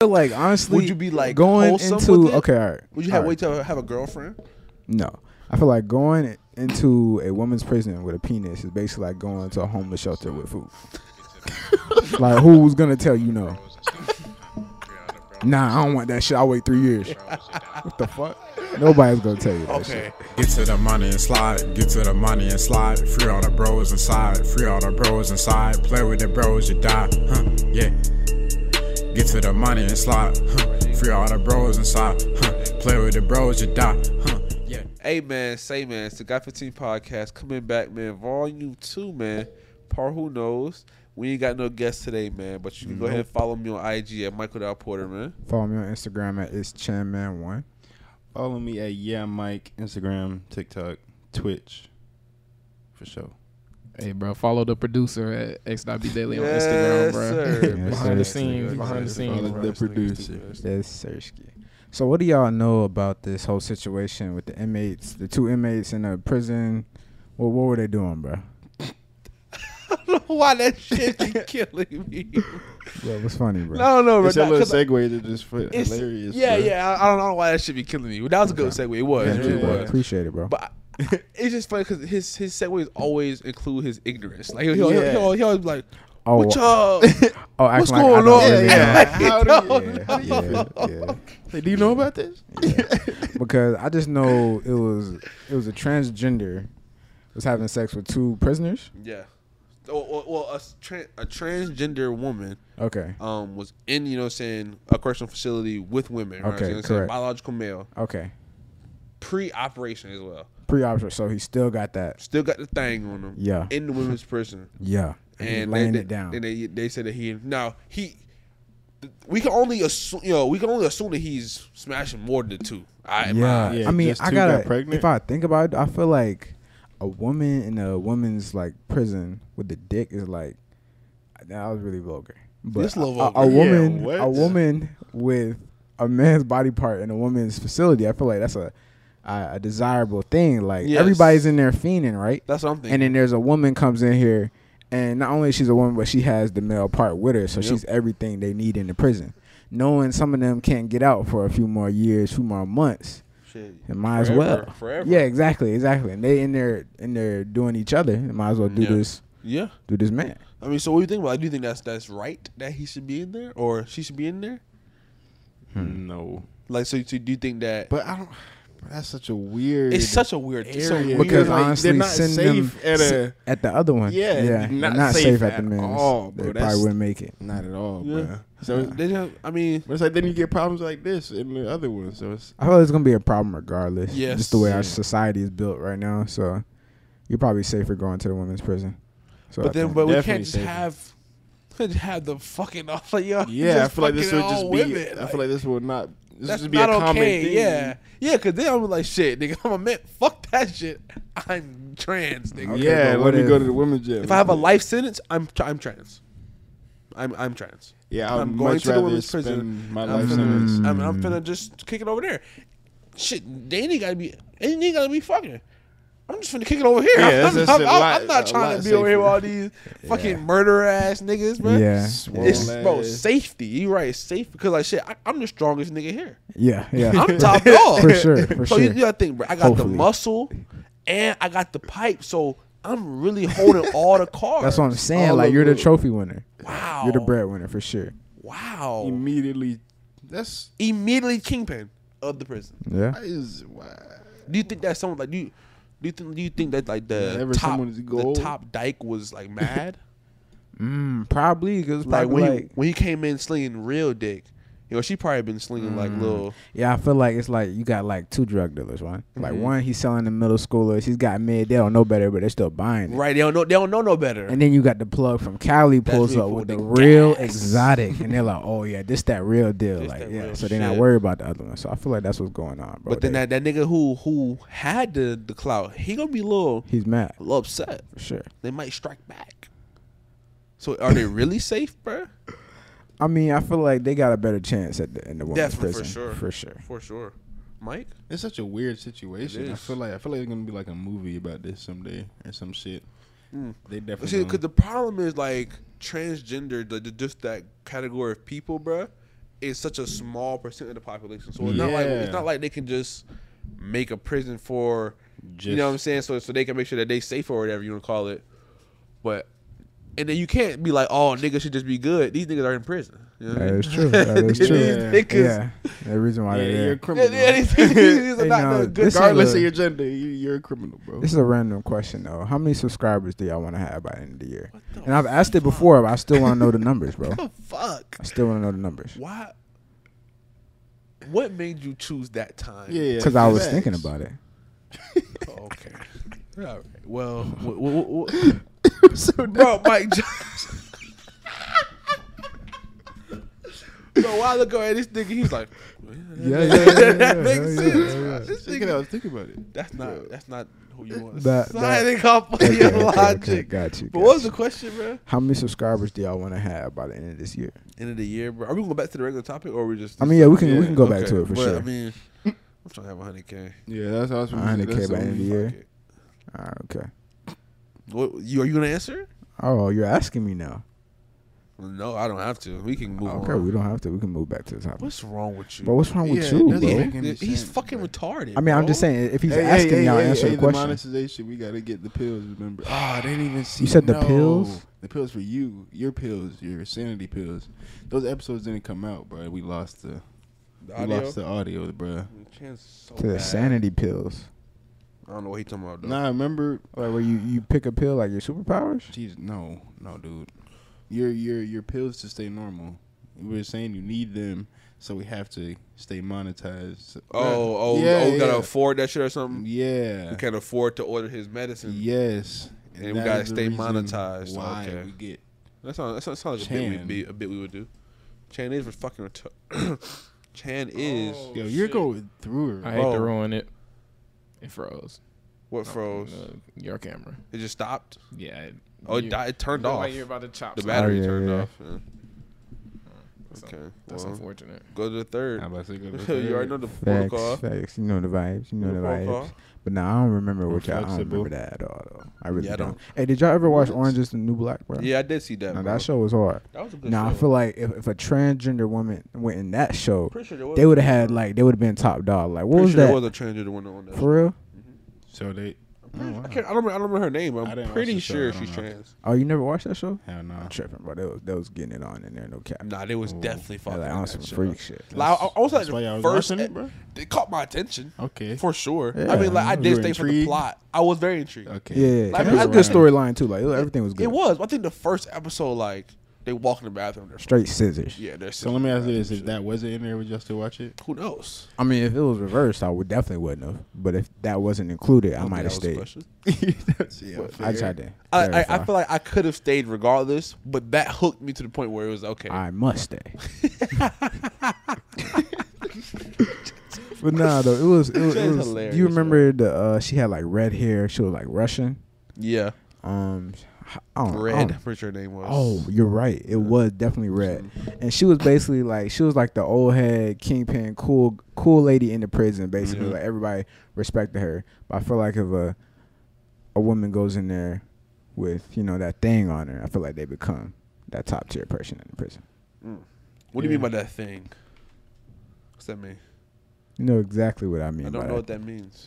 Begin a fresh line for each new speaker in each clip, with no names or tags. feel like honestly,
Would you be, like,
going
wholesome
into
with it?
okay? All right.
Would you have
all
wait till I have a girlfriend?
No, I feel like going into a woman's prison with a penis is basically like going to a homeless shelter with food. like, who's gonna tell you no? Nah, I don't want that shit. I'll wait three years. what the fuck? Nobody's gonna tell you that shit.
Get to the money and slide, get to the money and slide. Free all the bros inside, free all the bros inside. Play with the bros, you die, huh? Yeah. Get to the money and slide, huh? Free all the bros inside, huh? Play with the bros, you die, huh? Yeah.
Hey man, say man, it's the Got 15 podcast coming back, man. Volume two, man. Par who knows? We ain't got no guests today, man. But you can go ahead and follow me on IG at Michael Dow Porter, man.
Follow me on Instagram at it's chanman one.
Follow me at yeah Mike Instagram, TikTok, Twitch, for sure.
Hey, bro, follow the producer at XWB Daily on
Yes,
Instagram, bro.
sir.
Yes,
behind
sir.
the scenes, behind the
Follow
scenes.
the producer.
Yes, Sersky. So, what do y'all know about this whole situation with the inmates, the two inmates in a prison? What what were they doing, bro?
Why that shit be killing me?
Bro, what's funny, bro?
No, no, bro.
It's a
Nah,
little
'cause I-
segue that just fit
it's-
hilarious.
Yeah,
bro.
yeah. I, I don't know why that should be killing me. But that was a good segue. It was.
Thank
It
you,
really
bro.
was.
Appreciate it, bro.
But I- it's just funny because his his segues always include his ignorance. Like he'll, he'll,
Yeah.
he'll, he'll always be like,
oh,
"What y'all?
oh, acting
what's
like
going
I don't
on?"
really know.
Yeah, How do you, how do you
yeah,
feel?
yeah.
Hey, do you know about this?
Because I just know it was it was a transgender was having sex with two prisoners.
yeah." Well, well, well a, tran a transgender woman
Okay,
um was in you know what I'm saying a correctional facility with women. Right?
Okay,
you know what I'm saying?
correct.
Biological male
okay.
pre-operation as well.
Pre-operative, so he still got that.
Still got the thing on him.
Yeah.
in the women's prison.
Yeah, He's
and
laying
they,
it down.
And they they said that he now he we can only assume you know we can only assume that he's smashing more than two. I
yeah.
yeah.
Yeah,
I mean,
just
I
two
gotta.
got pregnant.
If I think about it, I feel like a woman in a woman's like prison with the dick is like that was really vulgar. But
It's a little
a- a,
vulgar.
Yeah,
woman,
what?
a woman with a man's body part in a woman's facility, I feel like that's a a, a desirable thing. Like
Yes.
everybody's in there fiending, right?
that's what I'm
and
thinking.
then there's a woman comes in here, and not only is she's a woman, but she has the male part with her, so
Yep.
she's everything they need in the prison. Knowing some of them can't get out for a few more years, few more months,
Shit.
it might
Forever,
as well.
forever.
Yeah, exactly, exactly. And they in there in there doing each other. It might as well do
Yeah.
this
Yeah,
do this man.
I mean, so what do you think about? it? Do you think that's that's right that he should be in there or she should be in there? Hmm.
No,
Like, so, so do you think that
but I don't. That's such a weird.
it's such a weird? It's so
Area.
weird.
Because
like, they're
honestly,
not
sending
safe
them
at
s-
a-
at the other one,
Yeah,
yeah,
not
they're not
safe
safe at the
at
men's.
all, bro.
they
That's-
probably wouldn't make it.
not at all,
Yeah.
bro. So it's,
They don't- I mean,
but it's like then you get problems like this in the other one. So it's
I feel it's gonna be a problem regardless.
Yes.
just the way our society is built right now. So you're probably safer going to the women's prison. So I
but then
think-
but we
Definitely
can't just
safer.
have can't just have the fucking off like yo.
yeah. I
just
feel like this
fucking
would just
all
be.
women,
I feel like this will not. This would
That's
just be
not
a common
okay.
thing.
Yeah, yeah. Cause then I'm like, shit, nigga. I'm a man. Fuck that shit. I'm trans, nigga.
Okay,
yeah.
but
Let
what
me
if-
go to the women's gym.
If I have a life sentence, I'm tr- I'm trans. I'm I'm trans.
yeah, I'd
I'm going
much
to the
rather
women's
spend
prison.
My
I'm
life sentence.
finna, I'm, I'm finna just kick it over there. Shit, they ain't gotta be. They ain't gotta be fucking. I'm just finna kick it over here.
Yeah,
I'm,
that's- that's
I'm-
a
I'm-
lot-
I'm not
a
trying to
lot
be over here with
safer.
all these fucking murder ass niggas, bro.
yeah,
It's
Swole
bro
ass.
safety. You right, safe because like shit, I, I'm the strongest nigga here.
yeah, yeah.
I'm top dog
for sure, for
so
sure.
you, you gotta think, bro. I got
Hopefully.
the muscle, and I got the pipe. So I'm really holding all the cards.
That's what I'm saying.
all
Like
of Oh.
you're the
it.
trophy winner.
Wow.
You're the breadwinner for sure.
Wow.
Immediately. That's
Immediately kingpin of the prison.
Yeah.
that is wow.
Do you think that someone like do you? Do you think? Do you think that like the
Whenever
top
someone's
the
gold-
top dyke was like mad?
Mm, probably because
like
probably
when
like,
he when he came in slinging real dick, you know she probably been slinging like
Mm.
little.
yeah, I feel like it's like you got like two drug dealers, right? Like
Mm-hmm.
one he's selling to middle schoolers. He's got mid. They don't know better, but they're still buying it.
Right, they don't know. They don't know no better.
And then you got the plug from Cali pulls
really
up
cool.
with the
They
real
gas.
exotic, and they're like, "Oh yeah, this that real deal."
This
like
that
yeah,
real
so they're not
shit.
worried about the other one. So I feel like that's what's going on, bro.
but then
They-
that, that nigga who who had the the clout, he gonna be a little
he's mad
a little upset.
for sure.
They might strike back. So are they really safe, bro?
I mean, I feel like they got a better chance at the in the women's
Definitely, for
prison
sure.
for sure.
For sure. Mike?
It's such a weird situation. I
is.
feel like I feel like it's gonna be like a movie about this someday or some shit. They definitely.
See,
gonna-
because the problem is like transgender, the, the, just that category of people, bruh, is such a small percent of the population. So it's not like
Yeah.
it's not like they can just make a prison for
Just,
you know what I'm saying? So so they can make sure that they safe or whatever you want to call it. But and then you can't be like, oh niggas should just be good. These niggas are in prison. You know what I
That
mean?
is true. That is
These
true.
Yeah.
niggas-
Yeah, the reason why
Yeah,
they're
you're
there.
a
Yeah,
criminal.
yeah, these niggas are
Hey,
not
no,
no good.
this is
Regardless
a-
of your gender, you, you're a criminal, bro.
This is a random question though. How many subscribers do y'all want to have by the end of the year? and I've asked it before, but I still want to know the numbers, bro.
What the fuck?
I still want to know the numbers
Why? What made you choose that time?
Yeah,
because I was
facts.
thinking about it.
Okay. All right. Well, w- w- w-
so
bro, Mike Johnson. bro, a while ago, and this nigga, he's like,
Yeah, yeah, yeah, yeah,
that
yeah,
makes
hell yeah,
sense.
hell
bro.
yeah.
This
thinking I
nigga,
was thinking about it.
that's not that's not who you want.
That- that-
Signing off on your logic.
got you.
But
got
what was
you.
the question, bro?
How many subscribers do y'all want to have by the end of this year?
End of the year, bro. Are we going back to the regular topic, or are we just?
I mean, yeah, we can we
Yeah,
can go back
okay,
to it for
but,
sure.
I mean, I'm trying to have 100k.
Yeah, that's how I was.
100k by the end of the year.
Fuck it.
All right, okay.
What, you are you gonna answer?
Oh, you're asking me now.
No, I don't have to. We can move
Okay,
on.
we don't have to. We can move back to the topic.
What's wrong with you?
But what's wrong with
Yeah,
you,
that's
bro?
making-
Th-
me
He's
sense,
fucking
bro.
retarded.
I mean, I'm just
bro.
saying if he's asking y'all answer the
The
question.
monetization, we gotta get the pills. Remember? Ah, they didn't even see.
said the
no.
pills?
The pills for you, your pills, your sanity pills. Those episodes didn't come out, bro. We lost the,
The
we
audio?
lost the audio, bro.
The chance is so
To the
bad.
sanity pills.
I don't know what he talking about. Though.
Nah, remember?
Like where you, you pick a pill like your superpowers?
Jeez, no, no, dude. Your your your pills to stay normal. We were saying you need them, so we have to stay monetized. So-
Oh, oh,
Yeah,
oh, we gotta
yeah.
afford that shit or something.
yeah.
We can't afford to order his medicine.
Yes.
And we
that
gotta
is the
stay
reason
monetized,
Why
okay.
we get
That sounds that sounds, sounds like a bit
Chan.
we'd be a bit we would do. Chan is fucking retar- Chan is
Yo, you're going through
I
her.
hate to
Bro.
ruin it. It froze.
what froze.
Uh, your camera.
It just stopped.
Yeah. It,
Oh,
you-
it, di- it turned
look
off.
Like you're about to chop.
the
something.
battery
Oh, yeah,
turned
yeah.
off. yeah.
So,
Okay,
That's
well,
unfortunate.
go to the
I'm
third.
about to go to
you
the
already know
third.
the
Facts,
protocol.
facts. You know the vibes. You know the
Protocol.
vibes. But now I don't remember what y'all. I don't
Flexible.
remember that at all. Though I really
Yeah, I
don't.
don't.
Hey, did y'all ever watch
What?
Orange Is the New Black, bro?
Yeah, I did see that.
Now,
bro.
that show was hard.
That was a good.
Now I
show.
feel like if, if a transgender woman went in that show,
Pretty sure there was
they
a-
would have had like they would have been top dog. Like what
Pretty
was
sure
that?
There was a transgender woman on that. show.
For real?
So they. Oh, wow.
I, can't, I, don't, remember- I don't remember her name. but
I didn't
I'm
watch
pretty
the show,
sure
I don't
she's
know.
trans.
Oh, you never watched that show?
Hell no.
I'm tripping, bro. They was, they was getting it on in there, no cap.
Nah, they was
Ooh.
definitely
They're
fucking.
like
in
on
that
some
show.
freak shit.
Like, I, I was like
That's why y'all
the
was
first.
watching it, bro?
They caught my attention
Okay.
for sure.
Yeah,
I mean, like I
you
did
were
stay for the
intrigued?
plot. I was very intrigued.
okay.
Yeah,
Like,
it was a
I-
good storyline too. Like it was- everything was good.
It was. I think the first episode, like they walk in the bathroom. They're
straight scissors.
Yeah, they're.
So let me ask you this: If that wasn't in there, would y'all still watch it?
Who knows?
I mean, if it was reversed, I would definitely wouldn't have. But if that wasn't included, I
don't
might have
think that was a
stayed.
question.
yeah,
I tried to.
I, I, I
verify.
feel like I could have stayed regardless, but that hooked me to the point where it was okay.
I must stay. but nah, though it was. It was,
That
it
is
was-
hilarious,
do you remember the? Uh, she had like red hair. She was like Russian.
yeah,
Um, I don't, I
red.
don't-
I'm pretty sure her name was.
oh, you're right. It was definitely red. And she was basically like she was like the old head kingpin, cool, cool lady in the prison. Basically,
Yeah.
like everybody respected her. But I feel like if a a woman goes in there with you know that thing on her, I feel like they become that top tier person in the prison.
What do you
Yeah.
mean by that thing? What's that mean?
You know exactly what I mean.
I don't
by
know
that.
what that means.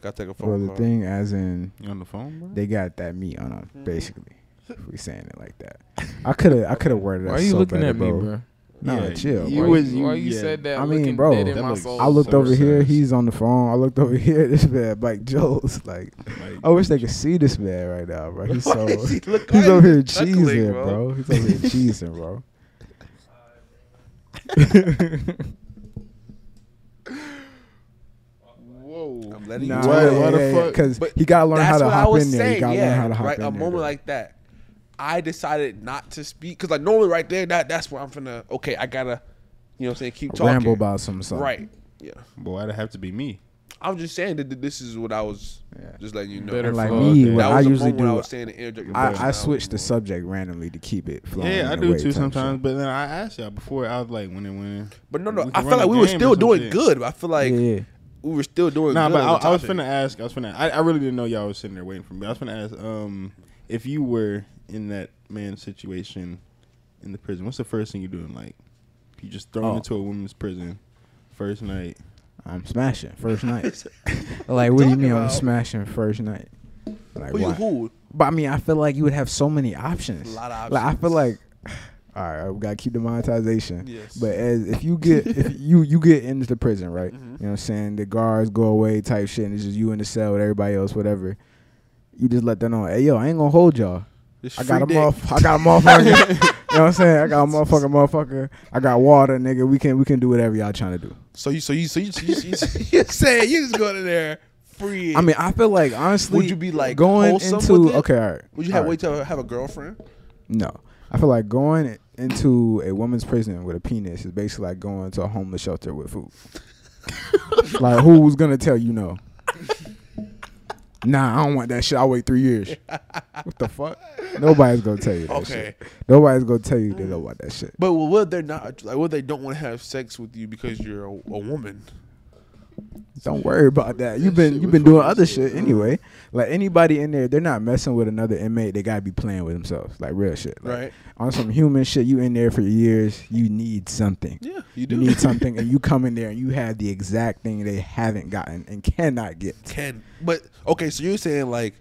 Got to take a
Well,
phone
the
call.
thing, as in,
You on the phone, bro?
they got that meat on them,
Mm-hmm.
basically. If we saying it like that, I could have, I could have worded.
Why
that
are you
so
looking
better,
at me, bro?
Nah,
Yeah,
chill.
you
bro.
why
was-
you, why you
yeah.
said that?
I mean,
looking
bro,
dead in
that
my
looks-
soul.
I looked
so
over here.
serious.
He's on the phone. I looked over here. This man, Mike Jones. Like,
Like,
I wish they could see this man right now, bro. He's so.
Why is he look- why
He's
is
over here
chuckling,
cheesing, bro. He's over here cheesing, bro.
whoa.
I'm letting
Nah,
you.
Why-
yeah,
know.
why the
yeah, yeah,
fuck-
Cause
But
he gotta learn how
That's
to
what
hop
I was
in there. He
saying.
gotta
yeah,
learn how to hop
right.
in
a
there.
moment
bro.
like that, I decided not to speak because like normally right there, that that's where I'm finna. Okay, I gotta, you know, what I'm saying keep talking.
ramble about some something.
Right. Yeah.
But why'd it have to be me?
I'm just saying that th- this is what I was
Yeah.
just letting you know.
Better
And like
Oh,
me,
okay.
what
that
I
was a
usually
moment I
do,
was saying to interject. your
I, I
personality
switch the
more.
subject randomly to keep it flowing.
Yeah, I
and
do
away
too
type
sometimes.
shit.
But then I asked y'all before. I was like, when it when.
But no, no,
we
I
could
felt
run
like
a
we were
game or
still
some
doing
shit.
good. But I feel like
yeah, yeah.
we were still doing
Nah,
good.
but
on the
I, I was
topic.
finna ask. I was finna. I, I really didn't know y'all was sitting there waiting for me. I was finna ask. Um, if you were in that man's situation in the prison, what's the first thing you do in like You just thrown
Oh.
into a women's prison first night.
I'm smashing first night. like, what do you
talking
mean I'm
about?
smashing first night? Like,
Who you
why?
who?
But I mean, I feel like you would have so many options.
Lot of
Like, I
options.
feel like, all right, we gotta keep the monetization.
Yes.
But as if you get if you you get into the prison, right?
Mhm.
You know what I'm saying? The guards go away, type shit, and it's just you in the cell with everybody else, whatever. You just let them know, hey yo, I ain't gonna hold y'all.
This
I got a
free dick.
motherfucker. I got a motherfucker. you know what I'm saying? I got a motherfucker, motherfucker. I got water, nigga. We can we can do whatever y'all trying to do.
So you, so you, so you, so you, you, you saying you just going in there free? it.
I mean, I feel like honestly,
Would you be, like,
going
wholesome
into
with it?
okay? All right.
would you
all
have
right.
wait till I have a girlfriend?
No. I feel like going into a woman's prison with a penis is basically like going to a homeless shelter with food. like, who's going to tell you no? Nah, I don't want that shit. I'll wait three years. What the fuck? Nobody's going to tell you that
Okay,
shit. Nobody's going to tell you they don't want that shit.
but what they're not like, what they don't want to have sex with you because you're a, a woman.
Don't worry about that. You've been you've been doing other shit anyway. Like anybody in there, they're not messing with another inmate. They gotta be playing with themselves. Like real shit. Like,
Right.
On some human shit, you in there for years. You need something.
Yeah, you do.
you need something and you come in there and you have the exact thing they haven't gotten and cannot get.
Can but okay, so you're saying like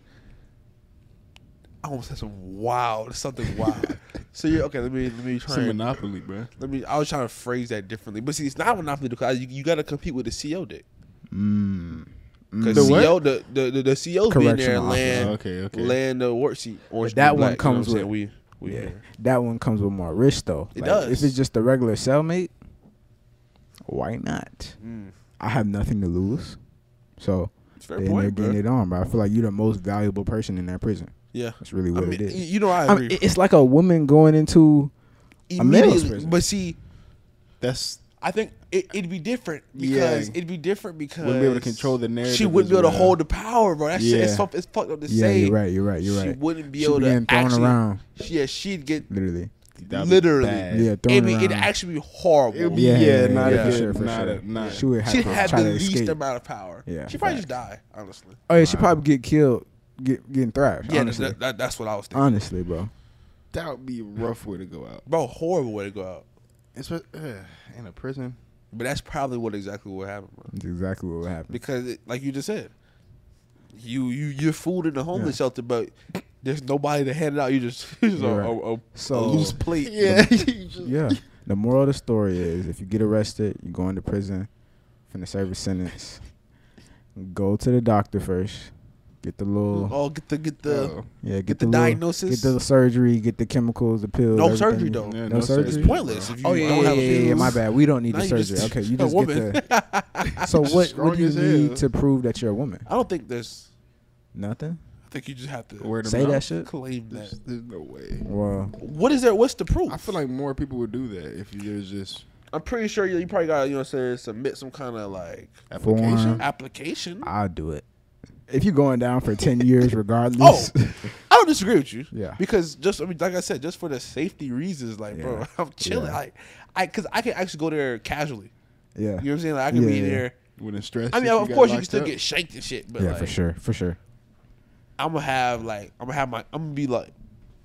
I almost said some wild something wild. so you're okay. Let me let me
It's
try.
a
And,
monopoly, bro.
let me. I was trying to phrase that differently, but see, it's not monopoly because you, you got to compete with the CO dick.
Mm.
Because
The what?
CO E the the the, the CO's be in there
Correctional
and land
officer. Oh, Okay, okay.
land the work sheet. Orange
But that
Blue
one
Black,
comes
you know what I'm
with-
saying? we we
Yeah.
here.
That one comes with more risk though.
It does.
If it's just a regular cellmate, why not?
Mm.
I have nothing to lose. So
It's a fair
then they're
point,
getting
bro.
it on, bro. I feel like you're the most valuable person in that prison.
Yeah,
That's really
I
what
mean,
it is.
y- you know I
I
agree.
mean, it- it's like a woman going into a male's
Immediately-
prison.
but see,
That's
I think it, it'd be different
Yeah.
because it'd be different because
Wouldn't be able to control the narrative
She wouldn't be
as
able to
well.
hold the power, bro. That shit is
Yeah.
fu- it's fucked up to
Yeah,
say.
you're right, you're right, you're
She
right.
wouldn't be
She'd
able
be
to
getting thrown
actually,
around.
She, yeah, she'd get
literally.
that'd be
literally.
bad.
Yeah, thrown
It'd, be,
around.
it'd actually be horrible.
It'd be-
yeah,
yeah,
yeah,
not
yeah,
a
for
good-
sure, for
not
sure.
a- not-
she would have
She'd
to
have
try
the
to
least
escape.
amount of power.
Yeah,
she'd probably just die, honestly.
Oh yeah, she probably get killed, get getting thrashed.
Yeah,
honestly,
that, that, that's what I was thinking.
honestly, bro.
That would be a rough way to go out.
bro, horrible way to go out.
It's what- ugh, in a prison.
But that's probably what exactly what happened, bro.
That's exactly what would happen.
Because, it, like you just said, you you you're food in the homeless shelter, but there's nobody to hand it out. You just, you just a,
You're right.
a, a,
So-
a loose plate.
Yeah.
Yeah. The moral of the story is, if you get arrested, you go into prison, finna serve a sentence. Go to the doctor first. Get the little
Oh, get the get the.
Oh.
yeah. Uh, Get,
Mm-hmm. get
the,
the
little-
diagnosis.
Get the surgery. Get the chemicals. The pills.
No
everything.
surgery, though.
No,
Yeah, no surgery.
surgery.
It's pointless if you
Oh yeah,
don't
yeah,
have
yeah,
a
yeah, yeah,
fuse.
My bad. We don't need
Now
the
you just-
surgery. okay, you
a
just get
woman.
the. So what? What
Strong
do you
as hell.
need to prove that you're a woman?
I don't think there's.
Nothing.
I think you just have to
Word of
Say that
mouth.
shit.
claim that.
There's, there's no way.
Well,
What is there? What's the proof?
I feel like more people would do that if you was just
I'm pretty sure you, you probably got to you know what I'm saying submit some kind of like
Form.
application.
application. I,
I'll do it. If you're going down for ten years, regardless.
Oh, don't disagree with you.
Yeah.
Because just I mean, like I said, just for the safety reasons, like bro,
Yeah.
I'm chilling.
Yeah.
Like, I because I can actually go there casually.
yeah.
You know what I'm saying? Like I can be
Yeah.
there.
Wouldn't stress.
I mean,
if
of
got
course you can
locked
still
up.
get shanked and shit, but
Yeah,
like,
for sure, for sure.
I'm gonna have like I'm gonna have my I'm gonna be like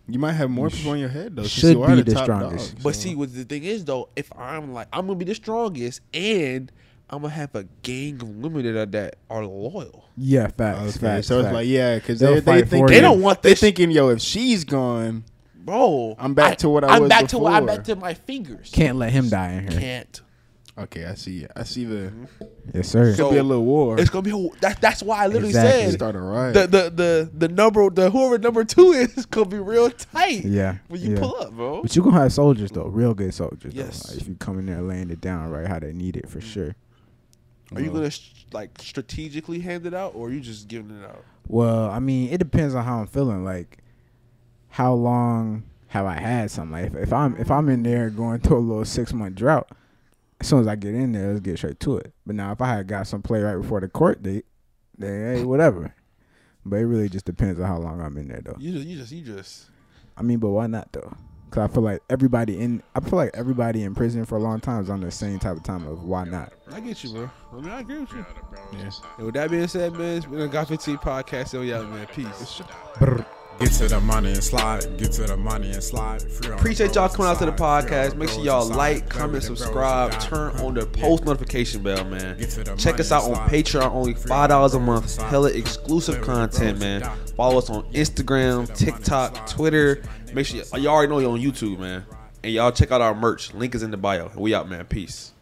You might have more people on your head though. since
should
you are
be
the
the
top
strongest.
dog,
But
so-
see, what the thing is though, if I'm like I'm gonna be the strongest, and I'm gonna have a gang of women that are, that are loyal.
Yeah, facts.
Okay,
facts
so it's
facts.
like yeah, because
They'll
they they
fight
think
for
They don't want
They
this, shit,
thinking yo, if she's gone,
bro.
I'm back to what I
I'm
was
back to I'm
before.
back to my fingers.
can't let him die in here.
Can't.
okay, I see. I see the
Yes, sir.
So-
could be a little war.
It's gonna be a- that, That's why I literally
Exactly.
said
Start a riot.
the, the the the number the whoever number two is is gonna be real tight.
yeah.
When you
yeah.
pull up, bro.
But you gonna have soldiers though, real good soldiers.
Yes. Mm.
Though. Like, if you come in there laying it down right, how they need it for sure.
Are
uh,
you gonna sh- like strategically hand it out, or are you just giving it out?
Well, I mean, it depends on how I'm feeling. Like, how long have I had something? Like, if, if I'm if I'm in there going through a little six month drought, as soon as I get in there, let's get straight to it. But now, if I had got some play right before the court date, then hey, whatever. But it really just depends on how long I'm in there, though.
You just you just you just
I mean, but why not though? Because I feel like everybody in I feel like everybody in prison for a long time is on the same type of time of why not?
I get you, bro. I mean, I agree with you. And with that being said, man, it's been a Got 15 podcast. So, yeah, man, Oh, peace.
Brr.
Get to the money and slide. Get to the money and slide. Free all the
Appreciate y'all
bros
coming out to the
inside, free all
podcast.
the
Make sure
bros
y'all
inside,
like,
play
comment,
with the bros
subscribe,
inside.
turn
Huh,
on the
yeah.
post notification bell, man.
Get to the
Check
money
us out
and
on
slide.
Patreon, only
Free all the
five dollars a
bros
month.
inside.
Hella
Play
exclusive
with the bros
content, man.
inside.
Follow us on Instagram, TikTok, Twitter. Make sure y'all already know you're on YouTube, man. And y'all check out our merch. Link is in the bio. We out, man. Peace.